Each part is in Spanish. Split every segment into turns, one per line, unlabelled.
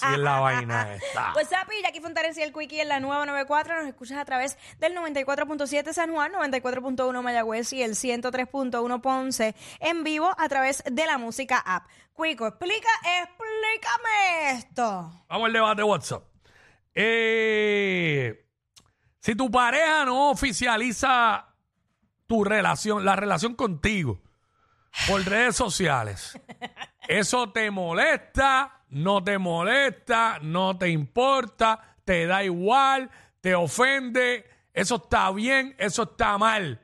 Sí, es la
ah,
vaina esta.
What's up, y Jackie Fontanes y el Quickie en la nueva 94. Nos escuchas a través del 94.7 San Juan, 94.1 Mayagüez y el 103.1 Ponce en vivo a través de la música app. Cuico, explica, explícame esto.
Vamos al debate de WhatsApp. Eh, si tu pareja no oficializa tu relación, la relación contigo por redes sociales, eso te molesta, no te molesta, no te importa, te da igual, te ofende, eso está bien, eso está mal.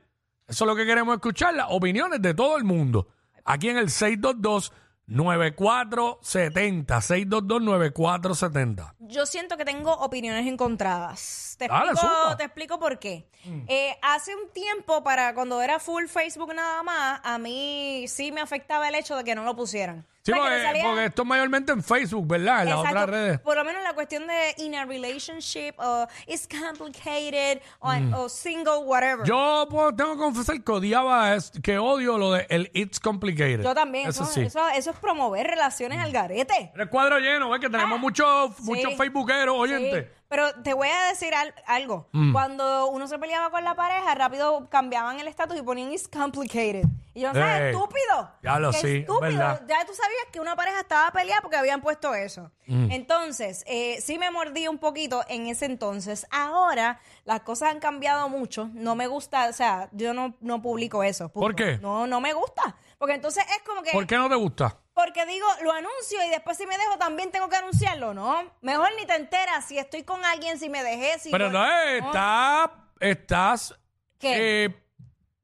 Eso es lo que queremos escuchar, las opiniones de todo el mundo. Aquí en el 622 9470 622 9470
Yo siento que tengo opiniones encontradas. Te
Dale,
explico,
Ah, zumba. Mm.
te explico por qué. Eh, hace un tiempo, para cuando era full Facebook nada más, a mí sí me afectaba el hecho de que no lo pusieran.
Sí,
O sea, que me
porque,
salía-
porque esto es mayormente en Facebook, ¿verdad? En las
Exacto.
otras redes.
Por lo menos la cuestión de in a relationship o it's complicated o, o single, whatever.
Mm. Yo puedo- tengo que confesar que odiaba, es- que odio lo de el It's Complicated.
Yo también.
Eso
eso,
sí.
eso, eso es promover relaciones al garete.
El cuadro lleno, es que tenemos muchos muchos Facebookeros, oyentes.
Ah,
Mm.
Sí, Pero te voy a decir al- algo. Cuando uno se peleaba con la pareja, rápido cambiaban el estatus y ponían it's complicated. Y yo, ¿sabes?
Ey,
estúpido.
ya lo
Qué
sí, es
Estúpido.
verdad.
Ya tú sabías que una pareja estaba peleada porque habían puesto eso.
Mm.
Entonces, eh, sí me mordí un poquito en ese entonces. Ahora las cosas han cambiado mucho. No me gusta, o sea, yo no, no publico eso. punto.
¿Por qué?
No, no me gusta. Porque entonces es como que...
¿Por qué no te gusta?
Porque digo, lo anuncio y después si me dejo también tengo que anunciarlo, ¿no? Mejor ni te enteras si estoy con alguien, si me dejé, si...
Pero
yo-
no, eh, está- estás.
¿Qué?
eh,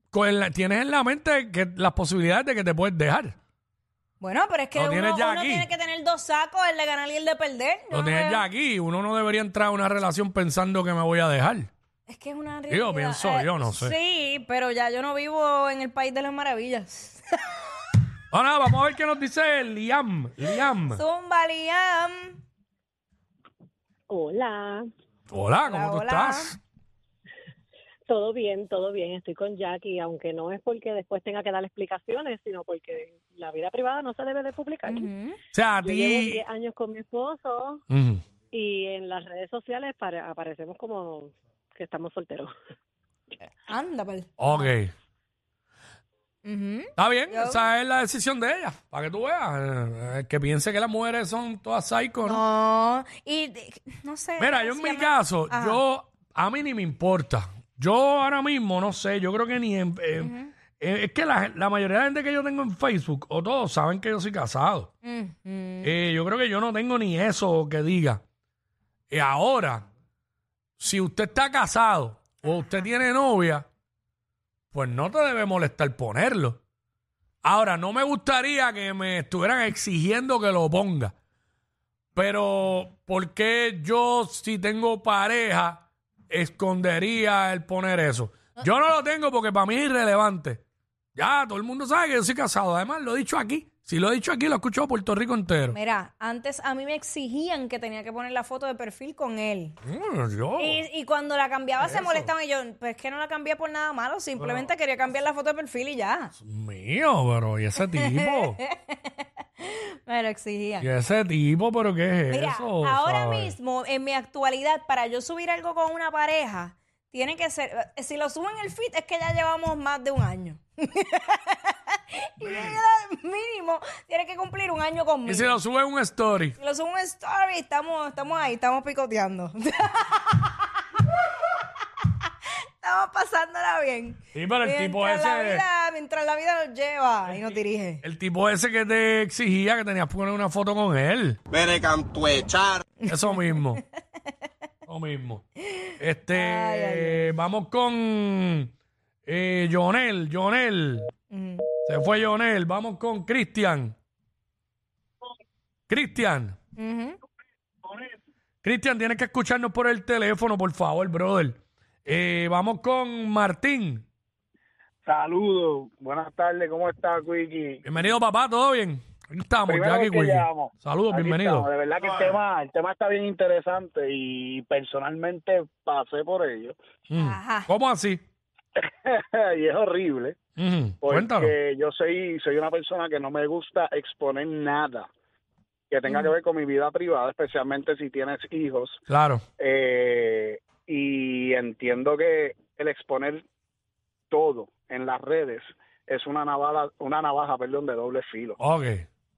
con la- tienes en la mente que las posibilidades de que te puedes dejar.
bueno, pero es que
lo
uno,
tienes ya
uno
aquí.
tiene que tener dos sacos, el de ganar y el de perder.
Lo
Yo no
tienes
veo-
ya aquí. Uno no debería entrar a una relación pensando que me voy a dejar.
Es que es una realidad. Eh,
Digo, pienso yo, no sé.
Sí, pero ya yo no vivo en el país de las maravillas.
Bueno, nada, vamos a ver qué nos dice Liam. Liam.
Zumba, Liam.
Hola,
Hola, ¿cómo
Hola,
tú
hola.
estás?
todo bien, todo bien. Estoy con Jackie, aunque no es porque después tenga que dar explicaciones, sino porque la vida privada no se debe de publicar.
O sea, a
Yo llevo
ti.
10 años con mi esposo
Ujú.
y en las redes sociales para- aparecemos como que estamos solteros.
Anda, pal.
Ok.
Ujú.
Está bien,
Yo-
esa es la decisión de ella. Para que tú veas. eh, el que piense que las mujeres son todas psycho, ¿no?
No, y de- no sé.
Mira, yo
se
en mi
llama-
caso,
Ajá.
yo. A mí ni me importa. Yo ahora mismo, no sé, yo creo que ni en. eh, eh, es que la, la mayoría de gente que yo tengo en Facebook, o todos saben que yo soy casado.
Ujú.
Eh, yo creo que yo no tengo ni eso que diga. Eh, ahora, si usted está casado o usted tiene novia, pues no te debe molestar ponerlo. Ahora, no me gustaría que me estuvieran exigiendo que lo ponga. Pero, ¿por qué yo, si tengo pareja, escondería el poner eso? Yo no lo tengo porque para mí es irrelevante. Ya, todo el mundo sabe que yo soy casado. Además, lo he dicho aquí. Si lo he dicho aquí, lo he escuchado Puerto Rico entero.
Mira, antes a mí me exigían que tenía que poner la foto de perfil con él.
Mm, yo.
Y, y cuando la cambiaba se molestaban y yo, pues es que no la cambié por nada malo, simplemente quería cambiar la foto de perfil y ya.
Dios mío, pero ¿y ese tipo?
Me lo exigían.
¿Y ese tipo? ¿Pero qué es
Mira,
eso?
ahora
¿sabes?
mismo, en mi actualidad, para yo subir algo con una pareja, tiene que ser, si lo subo en el feed es que ya llevamos más de un año. y ella, mínimo tiene que cumplir un año conmigo.
Y si lo sube un story.
Si lo subo en story, estamos, estamos ahí, estamos picoteando. estamos pasándola bien.
Sí, pero el tipo
Mientras la
ese-
vida- mientras la vida nos lleva y nos dirige.
El tipo ese que te exigía que tenías que poner una foto con él.
Vere cantuechar.
Eso mismo. Lo mismo. Este,
Ay, ay,
vamos con eh, Jonel, Jonel.
Mm.
Se fue Jonel. Vamos con Cristian. Cristian.
Ujú.
Cristian, tienes que escucharnos por el teléfono, por favor, brother. Eh, vamos con Martín.
Saludos, buenas tardes, ¿cómo está, Quiki?
Bienvenido, papá, ¿todo bien? Aquí estamos,
Primero
Jackie
que
Quickie.
llegamos.
Saludos,
Aquí
bienvenido.
estamos. De verdad que el tema, el tema está bien interesante y personalmente pasé por ello.
Mm.
Ajá.
¿Cómo así?
y es horrible.
Mm,
Porque
Cuéntalo.
yo soy, soy una persona que no me gusta exponer nada que tenga que ver con mi vida privada, especialmente si tienes hijos.
Claro.
Eh, y entiendo que el exponer todo en las redes es una navaja, una navaja perdón, de doble filo.
Ok.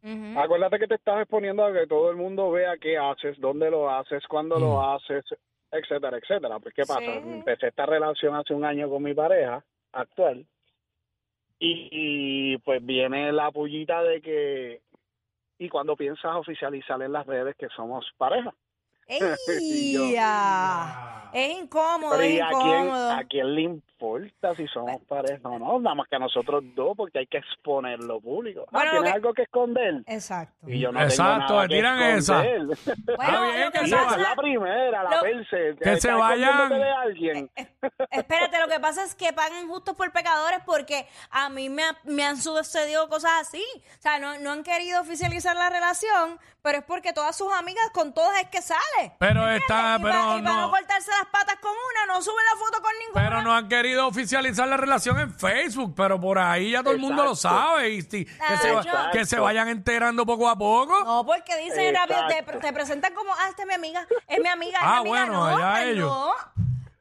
Ujú.
Acuérdate que te estás exponiendo a que todo el mundo vea qué haces, dónde lo haces, cuándo
Mm.
lo haces, etcétera, etcétera. Pues, ¿qué pasa?
Sí.
Empecé esta relación hace un año con mi pareja actual y, y, pues viene la pullita de que... Y cuando piensas oficializar en las redes que somos pareja. Y yo-
Ey, ah. Es incómodo,
Pero
es
¿y a quién,
incómodo.
a quién le importa si somos pareja o no? Nada más que a nosotros dos, porque hay que exponerlo público. Ah,
Bueno,
¿Tienes
lo que-
algo que esconder?
Exacto.
Y yo no
Exacto,
tengo nada
le
que
tiran esa.
esconder.
Bueno,
Ah, bien,
lo que
que
Y
se
esa
pasa-
es la primera, la
Lo-
verse.
Que se
Estás
vayan.
escondiéndote de alguien.
Espérate, lo que pasa es que pagan justos por pecadores porque a mí me, ha- me han sucedido cosas así. O sea, no, no han querido oficializar la relación, pero es porque todas sus amigas, con todas es que sale.
Pero está,
y, va-
pero
y van a
no.
cortarse las patas con una, no suben la foto con ninguna.
Pero no han querido oficializar la relación en Facebook, pero por ahí ya todo el mundo lo
Exacto.
sabe. Y, si- que, se, va-
Nacho.
que se vayan enterando poco a poco.
No, porque dicen rápido, te,
Exacto.
te presentan como, ah, esta es mi amiga, es mi amiga, es
Ah,
mi amiga.
bueno,
no,
allá
pues
ellos.
no.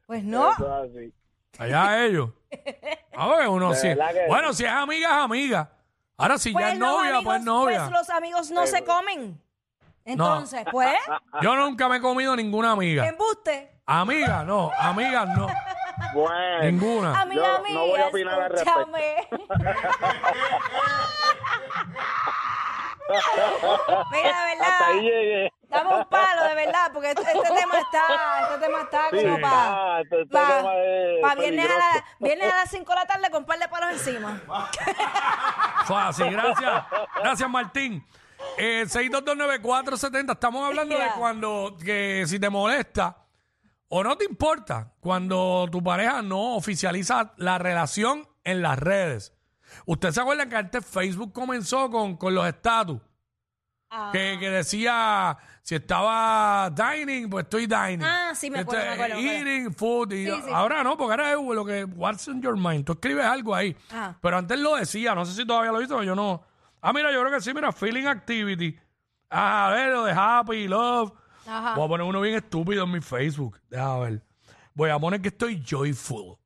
Pues no.
Eso es así.
Allá ellos. Ah, porque uno
De
sí.
verdad que-
Bueno, si es amiga, es amiga. Ahora, si ya
Pues
es
los
novia,
amigos-
pues novia.
Pues los amigos no se comen. Entonces, pues,
Yo nunca me he comido ninguna
Em
amiga.
embuste.
Amiga, no. Amigas, no.
Eh, Bueno.
Ninguna.
Amiga
Yo
mía,
no voy a opinar al respecto.
escúchame. Mira, de
Hasta
verdad,
ahí llegué.
dame un palo, de verdad, porque este, este tema está, este tema está
Sí,
como para...
está, este- este tema es
viernes, a la-
peligroso.
viernes a las 5 de la tarde con par de palos encima.
Fácil, gracias. Gracias, Martín. Eh, 6229470. Estamos hablando de
Ya.
cuando, que si te molesta o no te importa, cuando tu pareja no oficializa la relación en las redes. Ustedes se acuerdan que antes Facebook comenzó con, con los estatus.
Ah,
que, que decía si estaba dining, pues estoy dining.
Ah, sí, me acuerdo, me acuerdo, me acuerdo.
Eating, food. y-
Sí, sí.
Ahora no, porque ahora es lo que. What's in your mind? Tú escribes algo ahí.
Ajá.
Pero antes lo decía, no sé si todavía lo viste, pero yo no. Ah, mira, yo creo que sí, mira, feeling activity. Ah, a ver, lo de happy, love.
Ajá.
Voy a poner uno bien estúpido en mi Facebook. Déjame ver. Voy a poner que estoy joyful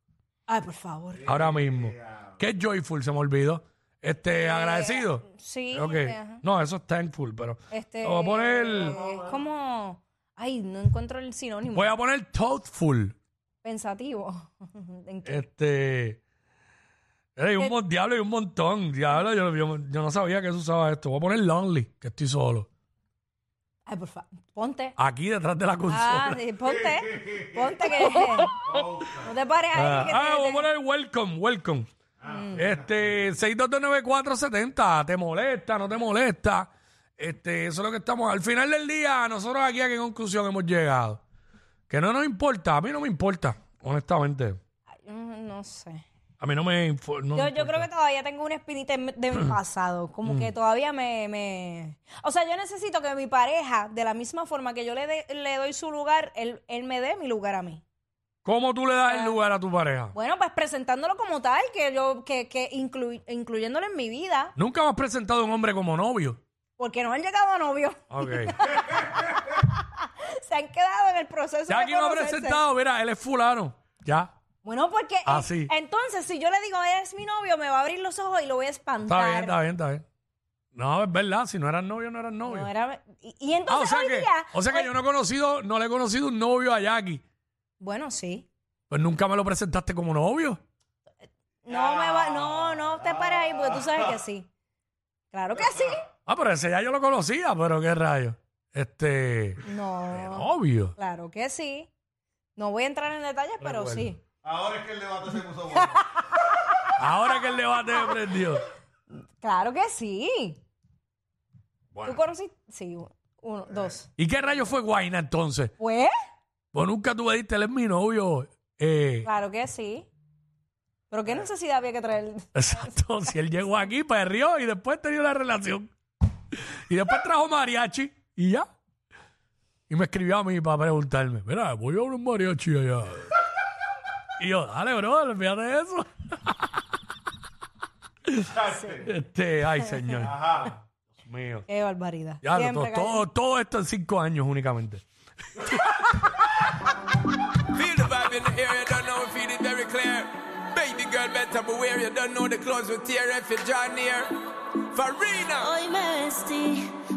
Ay, por favor.
ahora mismo. ¿Qué es joyful? Se me olvidó. Este, agradecido.
Eh, Sí. este,
Ok.
ajá.
No, eso es thankful, pero.
Este, eh,
Voy a poner.
Es como... Ay, no encuentro el sinónimo.
Voy a poner thoughtful.
Pensativo. ¿En qué?
Este. Hay
Eh.
un mon- diablo y un montón. Diablo, yo, yo- yo no sabía que se usaba esto. Voy a poner lonely, que estoy solo.
Ay, por favor, ponte.
Aquí detrás de la
Ah,
consola.
sí, ponte, ponte que no te Mm. pares ahí.
Ah,
que
ah,
te-
voy a poner welcome, welcome. Este, 6229470. ¿Te molesta? ¿No te molesta? Este, eso es lo que estamos. Al final del día, nosotros aquí a qué conclusión hemos llegado. Que no nos importa. A mí no me importa, honestamente.
Ay, mm, No sé.
A mí no me info- no me
Yo, yo
importa. Mm.
creo que todavía tengo una espinita en- de mi pasado, como que todavía me, me... O sea, yo necesito que mi pareja, de la misma forma que yo le, dé- le doy su lugar, él, él me dé mi lugar a mí.
¿Cómo tú le das el
Ah.
lugar a tu pareja?
Bueno, pues presentándolo como tal, que yo, que, que inclu- incluyéndolo en mi vida,
Nunca me has presentado a un hombre como novio.
porque no han llegado a novio,
Ok.
se han quedado en el proceso
ya
de
aquí me ha
conocerse.
presentado, mira, él es fulano. Ya.
Bueno, porque eh,
Así.
entonces si yo le digo, eres mi novio, me va a abrir los ojos y lo voy a espantar.
Está bien, está bien, está bien. No, es verdad, si no eran novios, no eran novios.
No, era- y, y
Ah,
entonces
o sea
hoy
que,
día...
o sea que
hoy-
yo no he conocido, no le he conocido un novio a Jackie.
Bueno, sí.
Pues nunca me lo presentaste como novio.
No, me va, no, no te pares ahí porque tú sabes que sí. Claro que sí.
Ah, pero ese ya yo lo conocía, pero qué rayo. Este,
No,
novio.
claro que sí. No voy a entrar en detalles, pero
Recuerdo.
sí.
Ahora es que el debate se puso bueno.
Ahora que el debate me prendió.
Claro que sí. ¿Tú
Bueno. Eh.
conociste? Sí, uno, dos.
¿Y qué rayo fue Guaina entonces?
Pues,
Pues nunca tú me diste, él es mi novio. Eh,
claro que sí. Pero qué necesidad había que traer...
Exacto, si él llegó aquí, perrió y después tenía una relación. Y después trajo mariachi y ya. Y me escribió a mí para preguntarme, mira, voy a ver un mariachi allá. Y yo, dale, bro, olvídate de eso. Este, ay, señor.
Ajá.
Dios mío.
Qué barbaridad.
Ya, lo- todo,
Siempre cae-
todo, todo esto en cinco años únicamente.
Feel the vibe in the area, don't know if feel it very clear. Baby girl, better beware, you don't know the clothes will tear if you draw near. Farina!
Hoy me vestí